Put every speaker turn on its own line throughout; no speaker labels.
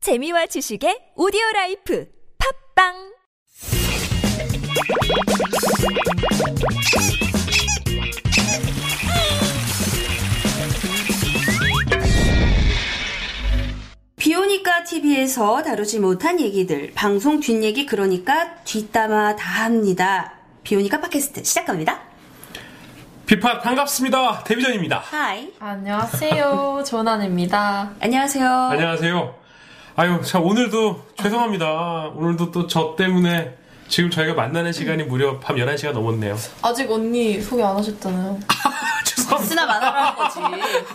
재미와 지식의 오디오 라이프 팝빵
비오니까 TV에서 다루지 못한 얘기들, 방송 뒷얘기 그러니까 뒷담화 다 합니다. 비오니까 팟캐스트 시작합니다.
비팟 반갑습니다. 데뷔전입니다.
하이.
안녕하세요. 조난입니다.
안녕하세요.
안녕하세요. 아유, 자 오늘도 죄송합니다. 오늘도 또 저 때문에 지금 저희가 만나는 시간이 무려 밤 11시가 넘었네요.
아직 언니 소개 안 하셨잖아요.
죄송합니다.
쓰나 말하라는 거지.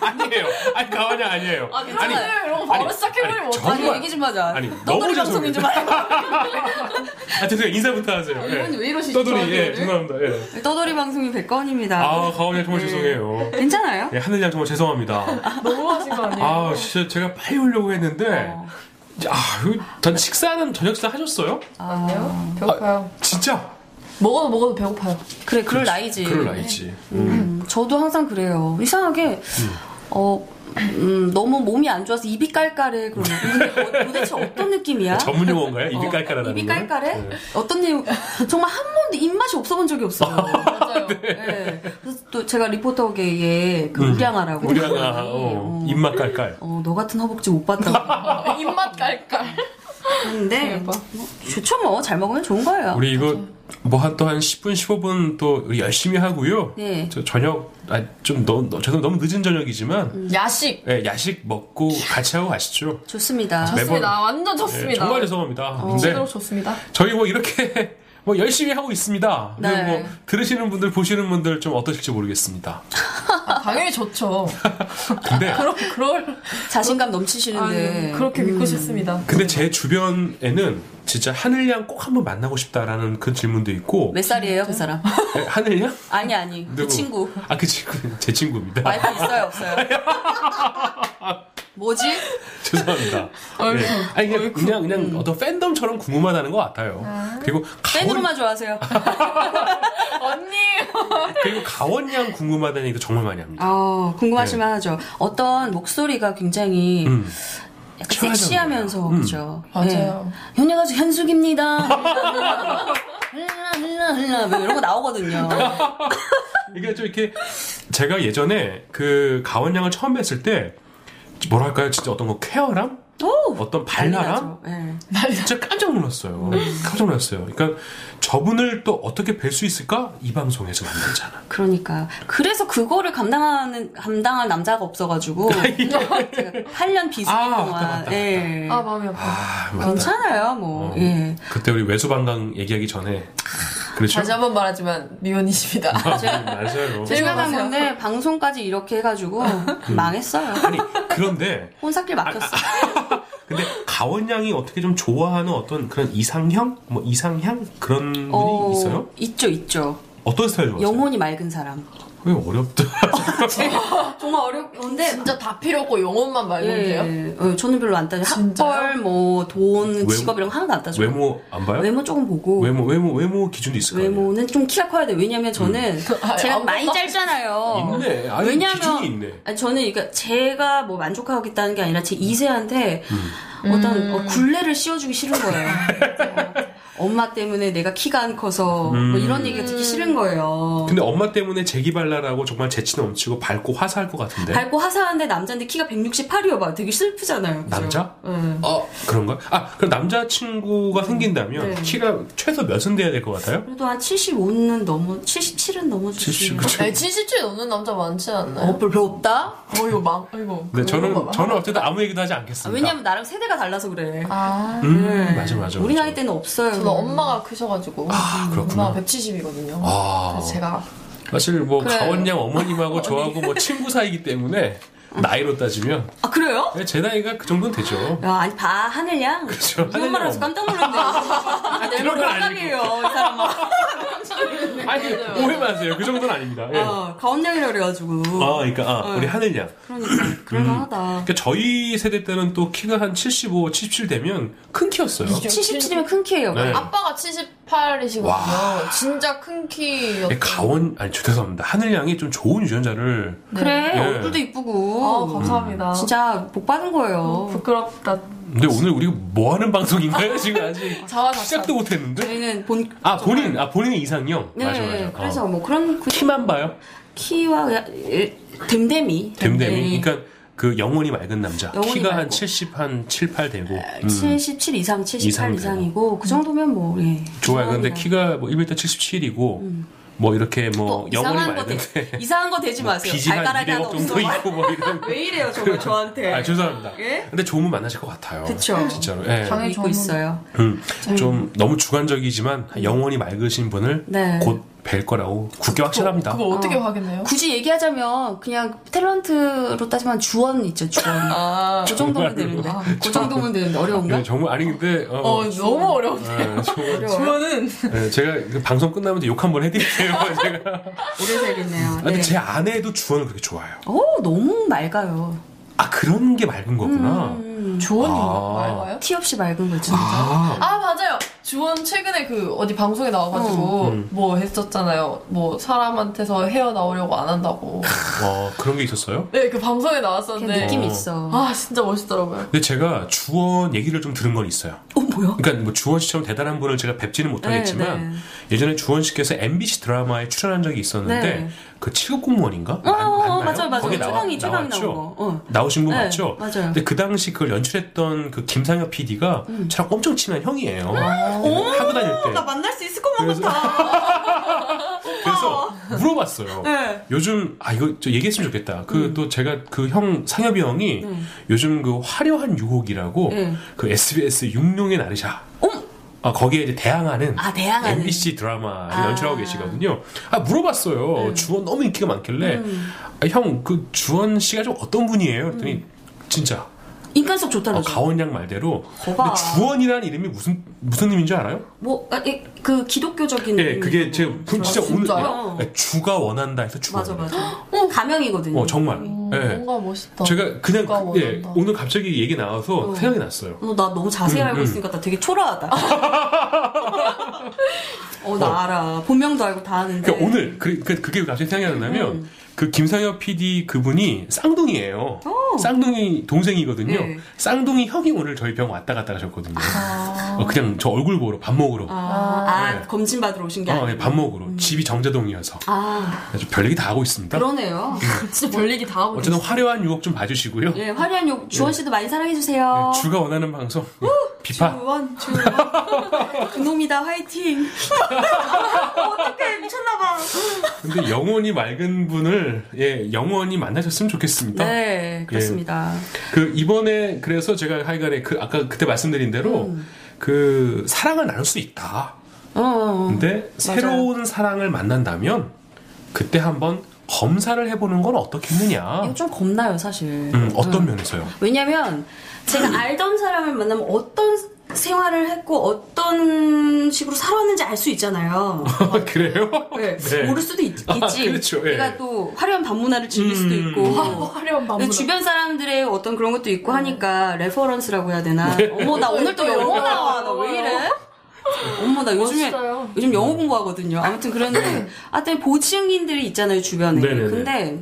아니에요. 아니 가만히 아니에요.
아, 괜찮아요.
이러고
아니,
바로 시작해버리면
아니,
어떡해.
정말.
얘기 좀 하자.
아니,
떠돌이
너무
방송인 줄
죄송해요.
알고.
아, 죄송해요. 인사부터 하세요. 예.
이분이 왜 이러시지,
떠돌이,
저한테
예,
오늘?
죄송합니다. 예.
떠돌이 방송인 백건입니다.
아, 가오야
네.
정말 죄송해요.
괜찮아요?
예, 하늘양 정말 죄송합니다.
너무 하신 거 아니에요?
아, 진짜 제가 빨리 오려고 했는데,
어.
아, 이거 전 식사는 저녁 식사 하셨어요?
아니요? 배고파요.
진짜?
먹어도 먹어도 배고파요.
그래, 그럴 나이지.
네.
그럴 나이지.
음, 저도 항상 그래요. 이상하게, 어, 음, 너무 몸이 안 좋아서 입이 깔깔해. 그러면 근데 어, 도대체 어떤 느낌이야?
뭐 전문 용어인가요? 아, 입이
어,
깔깔하다는
입이
거는?
깔깔해?
네.
어떤 일 정말 한 번도 입맛이 없어본 적이 없어요.
맞아요.
네.
예. 그래서 또 제가 리포터계에 그
음.
우량아라고.
우량아, 어, 입맛 깔깔.
어, 너 같은 허벅지 못 봤다고
입맛 깔깔.
했는데
대박.
뭐, 좋죠 뭐. 잘 먹으면 좋은 거예요.
우리 이거
그렇죠.
뭐 한 또 한 10분 15분 또 열심히 하고요.
네.
저 저녁 아좀 너무 너- 저는 너무 늦은 저녁이지만
음.
야식.
예, 야식 먹고 같이 하고 가시죠.
좋습니다.
매-
좋습니다. 완전
예,
좋습니다.
정말 죄송합니다.
어,
미치도록
근데
음, 좋습니다.
저희 뭐 이렇게 뭐 열심히 하고 있습니다.
네.
근데 뭐 들으시는 분들 보시는 분들 좀 어떠실지 모르겠습니다.
아, 당연히 좋죠.
근데
그럼 그럴. 네. 음.
자신감
아니,
넘치시는데.
그렇게 믿고 싶습니다.
근데 제 주변에는 진짜 하늘양 꼭 한번 만나고 싶다라는 그 질문도 있고
몇 살이에요, 그 사람?
예, 하늘양
아니, 아니. 그
누구?
친구.
아 그 친구 제 친구입니다.
와이프 있어요, 없어요? 뭐지?
죄송합니다.
아이고,
예. 아니 그냥 그냥, 그냥
음.
어떤 팬덤처럼 궁금하다는 것 같아요. 그리고 가원
팬으로만 좋아하세요.
언니.
그리고 가원양 궁금하다는 얘기도 정말 많이 합니다.
아, 궁금하실만 하죠. 어떤 목소리가 굉장히
음.
약간
시원하잖아요.
섹시하면서
음.
그죠.
맞아요.
네. 현역 가수 현숙입니다. 흘라, 흘라, 흘라, 뭐 이런 거 나오거든요.
그러니까 좀 이렇게 제가 예전에 그 가원양을 처음 뵀을 때 뭐랄까요, 진짜 어떤 거 쾌활함,
오!
어떤
난리
발랄함.
나죠. 음. 예.
진짜 깜짝 놀랐어요. 깜짝 놀랐어요. 그러니까 저분을 또 어떻게 뵐 수 있을까? 이 방송에서 만들잖아.
그러니까 그래서 그거를 감당하는 감당할 남자가 없어가지고 제가 8년 비수기
아, 맞다,
동안
맞다,
예.
아, 마음이 아파.
아, 맞다.
괜찮아요 뭐
어,
예. 아,
그때 우리 외수방강 얘기하기 전에 그렇죠.
다시 한 번 말하지만 미연이십니다.
맞아요. 아, 음.
실망한
조심하세요.
건데 방송까지 이렇게 해가지고 망했어요.
아니 그런데
혼삭길 막혔어.
아, 근데 가원양이 어떻게 좀 좋아하는 어떤 그런 이상형 뭐 이상향 그런 분이
어,
있어요?
있죠 있죠.
어떤 스타일 좋아하세요?
영혼이 맑은 사람.
그게 어렵다.
어,
정말 어렵는데
진짜 다 필요 없고 영혼만 말는데요
예, 예. 어, 저는 별로 안 따져요.
진짜요?
학벌, 뭐, 돈,
외모-
직업 이런 거 하나도 안 따져요.
외모 안 봐요?
외모 조금 보고.
외모 외모 외모 기준도 있을 거예요.
는좀 키가 커야 돼요. 왜냐면 저는
아,
제가
아무것도
많이 짧잖아요.
음. 있네. 아니, 기준이 있네.
아니, 저는 그러니까 제가 뭐 만족하겠다는 게 아니라 제 2세한테
음.
어떤 어, 굴레를 씌워주기 싫은 거예요. 어, 엄마 때문에 내가 키가 안 커서 뭐
음.
이런 얘기가 듣기 싫은 거예요.
근데 엄마 때문에 재기발랄하고 정말 재치 넘치고 밝고 화사할 것 같은데.
밝고 화사한데 남자인데 키가 168이어봐. 되게 슬프잖아요. 그죠?
남자?
예.
어 그런가? 아 그럼 남자 친구가 생긴다면
네.
키가 최소 몇은 돼야 될 것 같아요?
그래도 한 75는 넘어, 77은 넘어주지.
70 그쵸?
아니, 77 넘는 남자 많지 않나요?
어, 별로 없다?
어, 이거 망, 이거.
네 저는
그거
저는 어쨌든 아무 얘기도 하지
아,
않겠습니다.
왜냐면 나랑 세대가 달라서 그래.
아,
음
네.
맞아 맞아.
우리
맞아.
나이 때는 없어요.
저는 엄마가 크셔가지고.
아, 그렇구나.
엄마가 170이거든요.
아.
그래서 제가.
사실 뭐
그래.
가원양 어머님하고 저하고 뭐 친구 사이기 때문에 나이로 따지면
아, 그래요?
제 나이가 그 정도는 되죠.
야, 아니, 봐, 하늘양.
그쵸,
이런
하늘양.
말 해서 깜짝 놀랐네. 내
그런
얼굴
건
깜깜이에요, 이 사람아.
아니 오해 마세요. 그 정도는 아닙니다. 예.
어, 가온양이라 그래가지고.
아, 음. 그러니까 아, 우리 하늘양.
그러니까, 그럴만하다.
그러니까 저희 세대 때는 또 키가 한 75, 77 되면 큰 키였어요.
77이면 큰 키예요.
네.
아빠가 78이시거든요.
와.
진짜 큰 키였어요.
예, 가원 아니 저, 죄송합니다. 하늘양이 좀 좋은 유전자를
그래,
네.
얼굴도 이쁘고.
음.
아, 어, 감사합니다.
진짜 복 받은 거예요.
부끄럽다.
근데 오늘 우리 뭐 하는 방송인가요? 지금 아직
자화자찬.
시작도 못했는데.
저희는 본
아 본인 아 본인의 이상형.
네,
맞아 맞아.
그래서
어.
뭐 그런 그
키만 봐요.
키와 야- 예, 에, 댐댐이
됨됨이. 그러니까 그 영혼이 맑은 남자.
네. 영혼이
키가
맑고. 아,
한 70 한 7, 8 되고. 음.
77 이상, 78
이상
이상 이고그 정도면 뭐 예.
좋아요. 근데
죄송합니다.
키가 뭐 1m 77이고 뭐 이렇게 뭐
또
영혼이
음. 이상한 거 되,
맑은데 뭐
이상한 거 되지 마세요.
비지가
발가락이 하나
200억
없어.
정도 있고 뭐 이런.
왜 이래요, 정말 저한테?
아 죄송합니다.
예?
근데 좋으면 만나실 것 같아요.
그쵸.
진짜로. 예.
당연히
믿고
저는-
있어요.
음, 좀 너무 주관적이지만 영혼이 맑으신 분을
네.
곧 뵐 거라고 굳게 확실합니다.
아.
그거 어떻게 확인해요?
굳이 얘기하자면 그냥 탤런트로 따지면 주원 있죠, 주원.
아,
그 정도면 되는데. 그 정도면 되는데 어려운가?
예, 정말 아니 근데 어,
어, 너무 어려운데.
예, 정말-
저는
예, 제가 그 방송 끝나면 욕 한번 해드릴게요. 제가.
오래 살겠네요.
아, 근데
네.
제 아내도 주원을 그렇게 좋아해요.
어, 너무 맑아요.
아 그런 게 맑은 거구나.
음.
조언이
아.
말가요?
티 없이 맑은 거죠.
아,
아 맞아요. 주원 최근에 그 어디 방송에 나와가지고
음,
뭐 했었잖아요. 뭐 사람한테서 헤어 나오려고 안 한다고.
어, 그런 게 있었어요?
네 그 방송에
그냥
나왔었는데
느낌 있어.
아 진짜 멋있더라고요.
근데 제가 주원 얘기를 좀 들은 건 있어요.
어, 뭐야?
그러니까 뭐 주원 씨처럼 대단한 분을 제가 뵙지는 못하겠지만
네, 네.
예전에 주원 씨께서 MBC 드라마에 출연한 적이 있었는데
네.
그 7급 공무원인가?
어,
맞-
어, 어,
맞나요?
맞아요, 맞아요.
거기 나와-
최강이, 최강이 나온
나왔죠?
거. 어.
나오신 분
네,
맞죠?
맞아요.
근데 그 당시 그걸 연출했던 그 김상엽 PD가 저랑 엄청 친한 형이에요. 하고 다닐 때.
음. 아, 네. 나 만날 수 있을 것만
그래서-
같아.
그래서 물어봤어요.
네.
요즘 아 이거 저 얘기했으면 좋겠다. 그
음.
또 제가 그 형 상엽이 형이 요즘 그 화려한 유혹이라고
네.
그 SBS 육룡의 나르샤.
어머!
아 거기에 이제 대항하는,
아, 대항하는.
MBC 드라마를
아. 음.
연출하고 계시거든요. 아 물어봤어요. 주원 너무 인기가 많길래 아, 형그 주원 씨가 좀 어떤 분이에요? 그랬더니
음.
진짜
인간성 좋다는
어,
거죠.
가원양 말대로
거봐.
근데 주원이라는 이름이 무슨 무슨 의미인 줄 알아요?
뭐, 아, 이- 그 기독교적인.
예, 그게
뭐,
제가 그럼 진짜
아,
오늘
진짜요?
예, 주가 원한다 해서 주원.
맞아, 맞아. 가명이거든요.
어 정말.
음,
예.
네.
뭔가 멋있다.
제가 그냥
누가
뭐
그- 예,
원한다.
오늘 갑자기 얘기 나와서 생각이 났어요.
어, 나 너무 자세히
음,
알고
음.
있으니까 나 되게 초라하다. 어, 나
어.
알아. 본명도 알고 다 아는데.
그러니까 오늘 그, 그- 그게 왜 갑자기 생각이 났냐면
음.
그 김상엽 PD 그분이 쌍둥이에요. 쌍둥이 동생이거든요.
어. 네.
쌍둥이 형이 오늘 저희 병 왔다 갔다 하셨거든요.
아,
어, 그냥 저 얼굴 보러 밥 먹으러.
아, 아,
네.
검진 받으러 오신 게
어,
아니에요.
예, 밥 먹으러. 집이 정자동이어서.
아,
아주 별얘기 다 하고 있습니다.
그러네요.
음.
진짜 별 얘기 다 하고.
어쨌든 화려한 유혹 좀 봐주시고요.
예, 화려한 요, 주원 씨도 많이 사랑해주세요.
예, 네. 주가 원하는 방송 예, 비판
어, 주원, 주원. 그놈이다, 화이팅. 어떡해, 미쳤나봐.
근데 영혼이 맑은 분을 예 영원히 만나셨으면 좋겠습니다.
네, 그렇습니다.
그 이번에 그래서 제가 하여간에 그 아까 그때 말씀드린 대로
음.
그 사랑을 나눌 수 있다.
어, 어, 어.
근데 새로운 사랑을 만난다면 그때 한번 검사를 해보는 건
이거
어떻겠느냐.
좀 겁나요, 사실.
음, 어떤 면에서요?
왜냐면 제가 알던 사람을 만나면 어떤 생활을 했고 어떤 식으로 살아왔는지 알 수 있잖아요.
그래요?
어, 네,
네.
모를 수도 있, 지
아, 그렇죠, 예.
내가 또 화려한 밤문화를 즐길 수도
음.
있고.
어, 화려한 밤.
근데 주변 사람들의 어떤 그런 것도 있고 하니까 레퍼런스라고 해야 되나?
네.
어머 나 오늘 또 영어 나와 나 왜 이래? 어머 나 요즘에
멋있어요.
요즘 영어 공부하거든요. 아무튼 그런데 하여튼 보증인들이 있잖아요 주변에.
네. 네네네. 음.
근데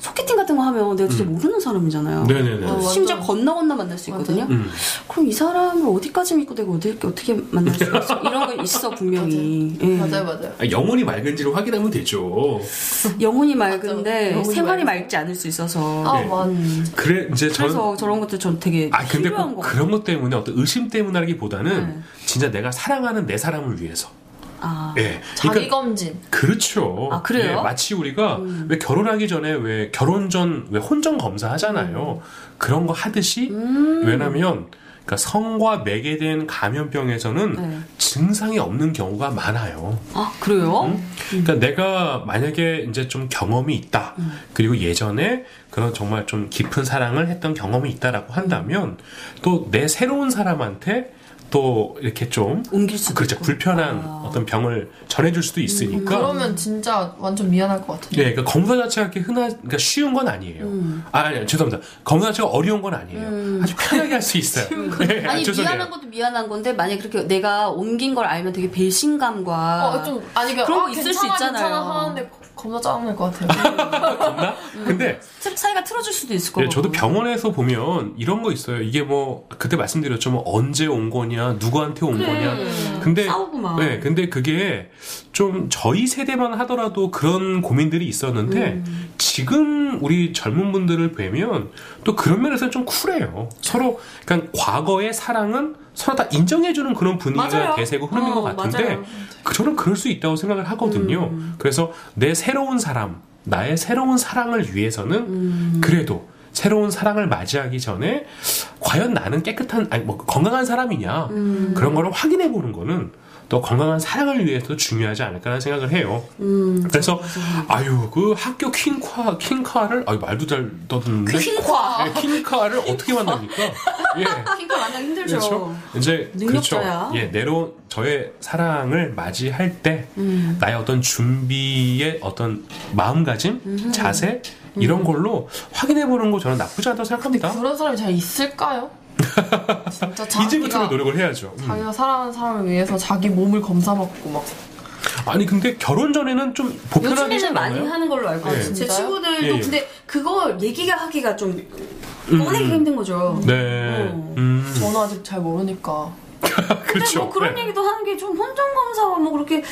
소개팅 같은 거 하면 내가 진짜 모르는 사람이잖아요.
네네네.
어, 심지어 건너 건너 만날 수 있거든요.
음.
그럼 이 사람을 어디까지 믿고 내가 어떻게 어떻게 만날 수 있어? 이런 거 있어 분명히. 예.
맞아요 맞아요.
아, 영혼이 맑은지를 확인하면 되죠.
영혼이
맞아.
맑은데
영혼이
생활이
맑은.
맑지 않을 수 있어서.
아
네.
맞.
음.
그래 이제 저는
그래서 저런 것도 전 되게
아 근데
필요한
꼭
거 네.
그런 것 때문에 어떤 의심 때문이라기보다는 진짜 내가 사랑하는 내 사람을 위해서.
아.
예.
자기 검진.
그렇죠.
아, 그래요? 음.
예, 마치 우리가 왜 결혼하기 전에 왜 결혼 전 왜 혼전 검사 하잖아요.
음.
그런 거 하듯이 왜냐면 그러니까 성과 매개된 감염병에서는
네.
증상이 없는 경우가 많아요.
아 그래요?
그러니까 내가 만약에 이제 좀 경험이 있다.
음.
그리고 예전에 그런 정말 좀 깊은 사랑을 했던 경험이 있다라고 한다면 또 내 새로운 사람한테 또 이렇게 좀
옮길 수도
그렇죠.
있고.
불편한
아.
어떤 병을 전해줄 수도 있으니까.
음,
그러면 진짜 완전 미안할 것 같은데.
네.
예, 그러니까 검사 자체가 그렇게 흔한, 그러니까 쉬운 건 아니에요.
음.
아, 아니, 죄송합니다. 검사 자체가 어려운 건 아니에요. 아주 편하게 할 수 있어요. 예,
아니 미안한
죄송해요.
것도 미안한 건데 만약 에 그렇게 내가 옮긴 걸 알면 되게 배신감과
어, 좀 아니 그냥
그런
아,
거 있을 수
괜찮아,
있잖아요.
괜찮아 하는데 거- 겁나 짜증날 것 같아요.
겁나? 근데
틀- 사이가 틀어질 수도 있을 거고.
예, 저도 병원에서 보면 이런 거 있어요. 이게 뭐 그때 말씀드렸죠. 뭐 언제 온 거냐, 누구한테 온
네.
거냐. 근데
싸우고 막.
네, 근데 그게 좀 저희 세대만 하더라도 그런 고민들이 있었는데
음.
지금 우리 젊은 분들을 뵈면 또 그런 면에서 좀 쿨해요. 서로 그러니까 과거의 사랑은 서로 다 인정해주는 그런 분위기가
맞아요.
대세고 흐름인
어,
것 같은데
맞아요. 음.
그 저는 그럴 수 있다고 생각을 하거든요. 그래서 내 새로운 사람, 나의 새로운 사랑을 위해서는
음.
그래도 새로운 사랑을 맞이하기 전에 과연 나는 깨끗한 아니 뭐 건강한 사람이냐
음.
그런 거를 확인해 보는 거는 또 건강한 사랑을 위해서도 중요하지 않을까라는 생각을 해요.
음.
그래서 아유 그 학교 퀸카 퀸카를 아유 말도 잘 떠드는데
그 퀸카.
예, 퀸카를 어떻게 만납니까? 예.
퀸카 아, 만나기 힘들죠.
그렇죠. 이제
능력자야.
그렇죠. 예, 내려온 저의 사랑을 맞이할 때
음.
나의 어떤 준비의 어떤 마음가짐, 자세 이런
음.
걸로 확인해 보는 거 저는 나쁘지 않다고 생각합니다.
아,
그런 사람이 잘 있을까요? 진짜
이제부터는
자기가
노력을 해야죠. 음.
자기가 사랑하는 사람을 위해서 자기 몸을 검사받고 막
음.
아니 근데 결혼 전에는 좀 보편하게
요즘에는 많이 하는 걸로 알고
예.
있어요. 제
진짜요?
친구들도
예, 예.
근데 그걸 얘기가 하기가 좀
음,
꺼내기
음.
힘든 거죠.
네,
음.
음.
저는 아직 잘 모르니까
근데
그렇죠.
뭐 그런
네.
얘기도 하는 게 좀 혼전 검사와 뭐 그렇게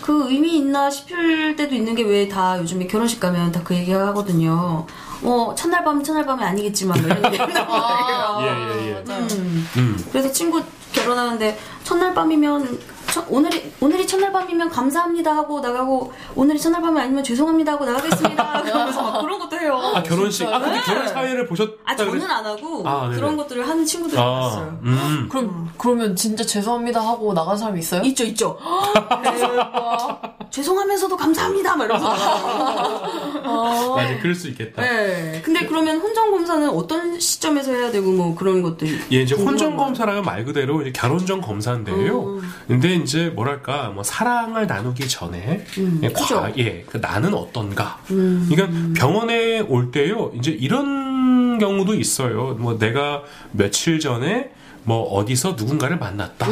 그 의미 있나 싶을 때도 있는 게 왜 다 요즘에 결혼식 가면 다 그 얘기 하거든요. 어 첫날 밤 첫날 밤이 아니겠지만 뭐 이런 얘기 한단 말이에요.
예, 예, 예.
아, 맞아요.
음.
음.
그래서 친구 결혼하는데 첫날 밤이면 첫- 오늘이 오늘이 첫날 밤이면 감사합니다 하고 나가고 오늘이 첫날 밤이 아니면 죄송합니다 하고 나가겠습니다 하면서 막 그런 것도 해요.
아 결혼식. 아 근데
네.
결혼 사회를 보셨다
아 저는 안 하고
아, 네네.
그런 것들을 하는 친구들이
아,
봤어요.
음.
그럼 그러면 진짜 죄송합니다 하고 나간 사람이 있어요?
있죠 있죠.
대박.
아, 죄송하면서도 감사합니다 막 이러면서.
아.
맞아, 그럴 수 있겠다.
네. 근데 그러면 혼전 검사는 어떤 시점에서 해야 되고 뭐 그런 것들.
예, 이제
궁금한
혼전
거예요. 음.
검사라면 말 그대로 이제 결혼 전 검사인데요. 근데 이제 뭐랄까 뭐 사랑을 나누기 전에 예,
음, 그죠. 음.
과- 예, 그 나는 어떤가. 그러니까 병원에 올 때요. 이제 이런 경우도 있어요. 뭐 내가 며칠 전에 뭐 어디서 누군가를
음.
만났다.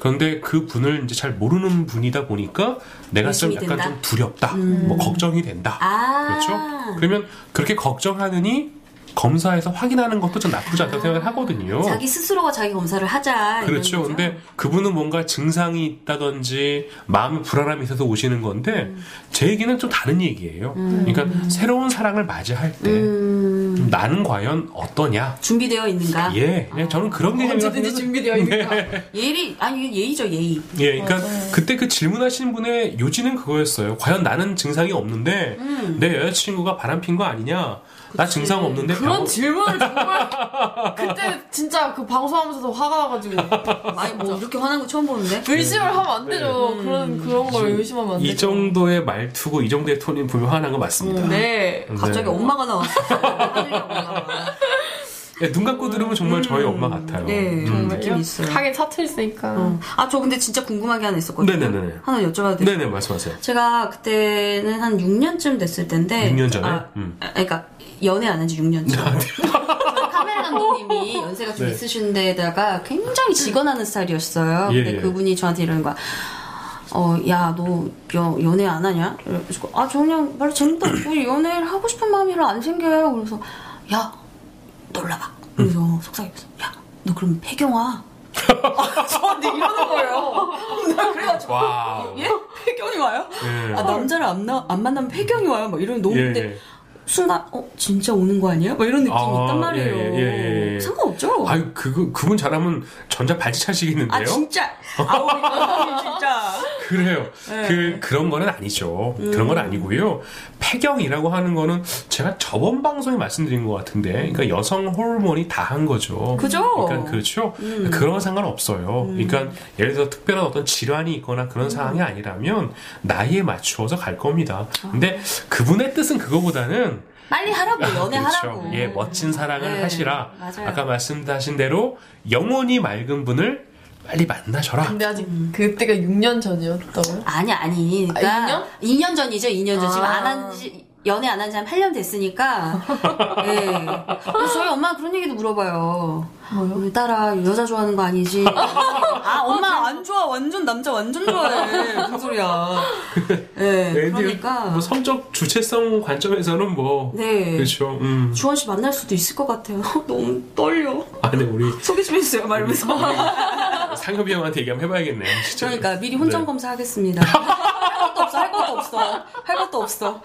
그런데 그 분을 이제 잘 모르는 분이다 보니까 내가 좀
의심이
약간
된다? 음.
좀 두렵다. 뭐 걱정이 된다.
아.
그렇죠? 그러면 그렇게 걱정하느니 검사에서 확인하는 것도 좀 나쁘지 않다고 생각을 하거든요.
아. 자기 스스로가 자기 검사를 하자. 이런
그렇죠.
거죠?
근데 그분은 뭔가 증상이 있다든지 마음의 불안함이 있어서 오시는 건데
음.
제 얘기는 좀 다른 얘기예요. 그러니까 새로운 사랑을 맞이할 때
음,
나는 과연 어떠냐?
준비되어 있는가?
예, 그냥 저는
어,
그런 개념이라고
언제든지
생각해요.
준비되어 있는
네.
거
예리 아니 이게 예의죠 예의.
예, 그러니까
네.
맞아요.
그때 그 질문하신 분의 요지는 그거였어요. 과연 나는 증상이 없는데
음.
내 여자친구가 바람핀 거 아니냐? 나 증상 없는데 뭐
그런
병원-
질문을 정말 그때 진짜 그 방송하면서도 화가 나가지고
아니 뭐 이렇게 화난 거 처음 보는데.
의심을 하면 안 되죠. 그런 그런 걸 의심하면 안 되죠.
네. 이 정도의 말투고 이 정도의 톤이 분명 화난 거
음,
맞습니다.
네.
갑자기
네.
엄마가 나왔어. 하늘이 엄마가.
예, 눈 감고 들으면 정말 저희 엄마 같아요.
네,
음.
정말. 느낌이 있어요.
하긴 차트 있으니까.
아 저 근데 진짜 궁금한 게 하나 있었거든요.
네네네네.
하나 여쭤봐도 돼요?
네네, 말씀하세요.
제가 그때는 한 6년쯤 됐을 텐데.
6년 전에?
아,
음. 아,
아, 그러니까 연애 안 한 지 6년쯤. 카메라 감독님이 연세가 좀
네.
있으신 데다가 굉장히 직언하는 스타일이었어요.
예,
근데
예.
그분이 저한테 이러는 거야. 어, 야, 너 여- 연애 안 하냐? 그래서 아, 저 그냥 별로 재미도 없고 연애를 하고 싶은 마음이 별로 안 생겨요. 그래서 야, 놀라봐. 그래서
음.
속상해서 야, 너 그럼 폐경아. 저한테 이러는 거예요. 나 그래가지고
와우.
예? 폐경이 와요?
예.
아, 남자를 안, 나, 안 만나면 폐경이 와요. 막 이러면 너무
예,
근데
예.
순간 어 진짜 오는 거 아니야? 막 이런 느낌이
아,
있단 말이에요.
예, 예, 예, 예.
상관없죠?
아유, 그거, 그분 잘하면 전자 발찌 차시겠는데요?
아, 진짜 아우 이거 진짜
그래요.
네.
그, 그런 거는 아니죠. 그런
음.
건 아니고요. 폐경이라고 하는 거는 제가 저번 방송에 말씀드린 것 같은데, 그러니까 여성 호르몬이 다 한 거죠.
음. 그죠? 음.
그러니까 그렇죠. 그런 상관 없어요. 그러니까 예를 들어 특별한 어떤 질환이 있거나
음.
그런 상황이 아니라면 나이에 맞추어서 갈 겁니다.
아.
근데 그분의 뜻은 그거보다는
빨리 하라고 연애하라고.
그렇죠. 예, 멋진 사랑을
네,
하시라.
맞아요.
까 말씀하신 대로 영혼이 맑은 분을 빨리 만나셔라.
근데 아직 그때가 6년 전이었다고요?
아니 아니. 그러니까
아,
2년 전이죠. 2년 전 지금
아.
안 한지 연애 안 한 지 한 8년 됐으니까. 예. 그래서 저희 엄마 그런 얘기도 물어봐요.
뭐요?
우리 딸아 여자 좋아하는 거 아니지? 아 엄마 안 좋아 완전 남자 완전 좋아해 무슨 소리야? 예.
네, 근데
그러니까
뭐 성적 주체성 관점에서는 뭐
네.
그렇죠. 음.
주원 씨 만날 수도 있을 것 같아요. 너무 떨려.
아, 근데 우리
소개 좀 해주세요. 말면서.
상엽이 형한테 얘기 한번 해봐야겠네요. 진짜.
그러니까 미리 혼전
네.
검사하겠습니다. 할 것도 없어. 할 것도 없어. 할 것도 없어.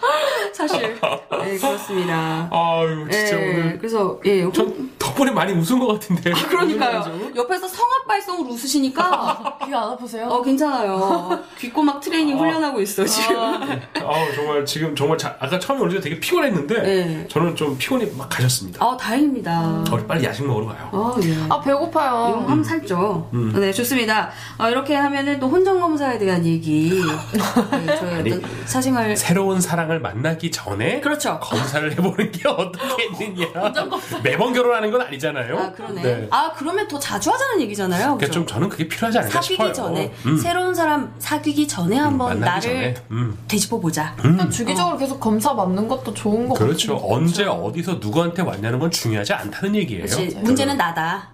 사실. 네 그렇습니다.
아유
예.
진짜 오늘
그래서 예.
전 덕분에 많이 웃은 것 같은데.
아, 그러니까요. 옆에서 성악 발성으로 웃으시니까
귀가 안 아프세요?
어 괜찮아요. 귓고막 트레이닝 훈련하고 있어 지금.
아 정말 지금 정말 자- 아까 처음에 올때 되게 피곤했는데
네.
저는 좀 피곤이 막 가셨습니다.
아 다행입니다.
어, 빨리 야식 먹으러 가요.
아 예.
아
이거
배고파요.
함 살죠.
음.
네, 좋습니다. 어, 이렇게 하면은 또 혼전검사에 대한 얘기. 네, 저희 어떤 사생활.
새로운 사랑을 만나기 전에
그렇죠.
검사를 해보는 게 어떻겠느냐. 매번 결혼하는 건 아니잖아요.
아, 그러네.
네.
아, 그러면 더 자주 하자는 얘기잖아요.
그러니까
그죠?
좀 저는 그게 필요하지 않을까
사귀기
싶어요.
전에,
음,
새로운 사람 사귀기 전에 한번
만나기
나를
전에. 음.
되짚어 보자.
일단 주기적으로 계속 검사 받는 것도 좋은 것
그렇죠.
같아요.
언제 어디서 누구한테 왔냐는 건 중요하지 않다는 얘기예요.
그렇지. 문제는 나다.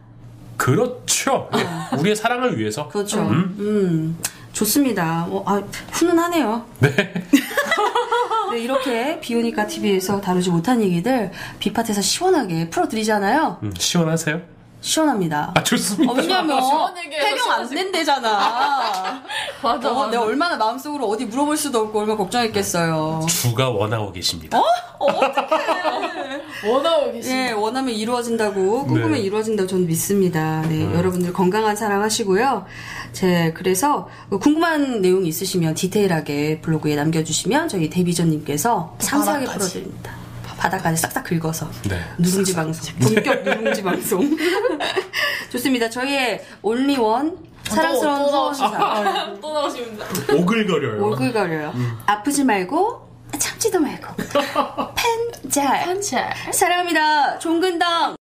그렇죠. 예, 우리의 사랑을 위해서.
그렇죠. 음. 좋습니다. 어, 아, 훈훈하네요. 네.
어.
이렇게 비오니까 TV에서 다루지 못한 얘기들 비팟에서 시원하게 풀어드리잖아요.
음, 시원하세요?
시원합니다.
아 좋습니다.
어, 왜냐면
시원 얘기해서
해명 안
시원하지.
된대잖아.
맞아.
어,
맞아.
내가 얼마나 마음속으로 어디 물어볼 수도 없고 얼마나 걱정했겠어요.
주가 원하고 계십니다.
어?
원하고 계신.
예, 원하면 이루어진다고 꿈꾸면
네.
이루어진다고 저는 믿습니다. 네, 여러분들 건강한 사랑하시고요. 제 그래서 궁금한 내용이 있으시면 디테일하게 블로그에 남겨주시면 저희 데뷔전님께서 상세하게
바닥까지.
풀어드립니다. 바닥까지 싹싹 긁어서
네.
누룽지 방송 본격 누룽지 방송 좋습니다. 저희의 온리원 사랑스러운
어, 또 아,
소원사
나오시- 또 나오십니다.
오글거려요.
오글거려요.
음.
아프지 말고 참지도 말고 팬잘
한채.
사랑합니다. 종근당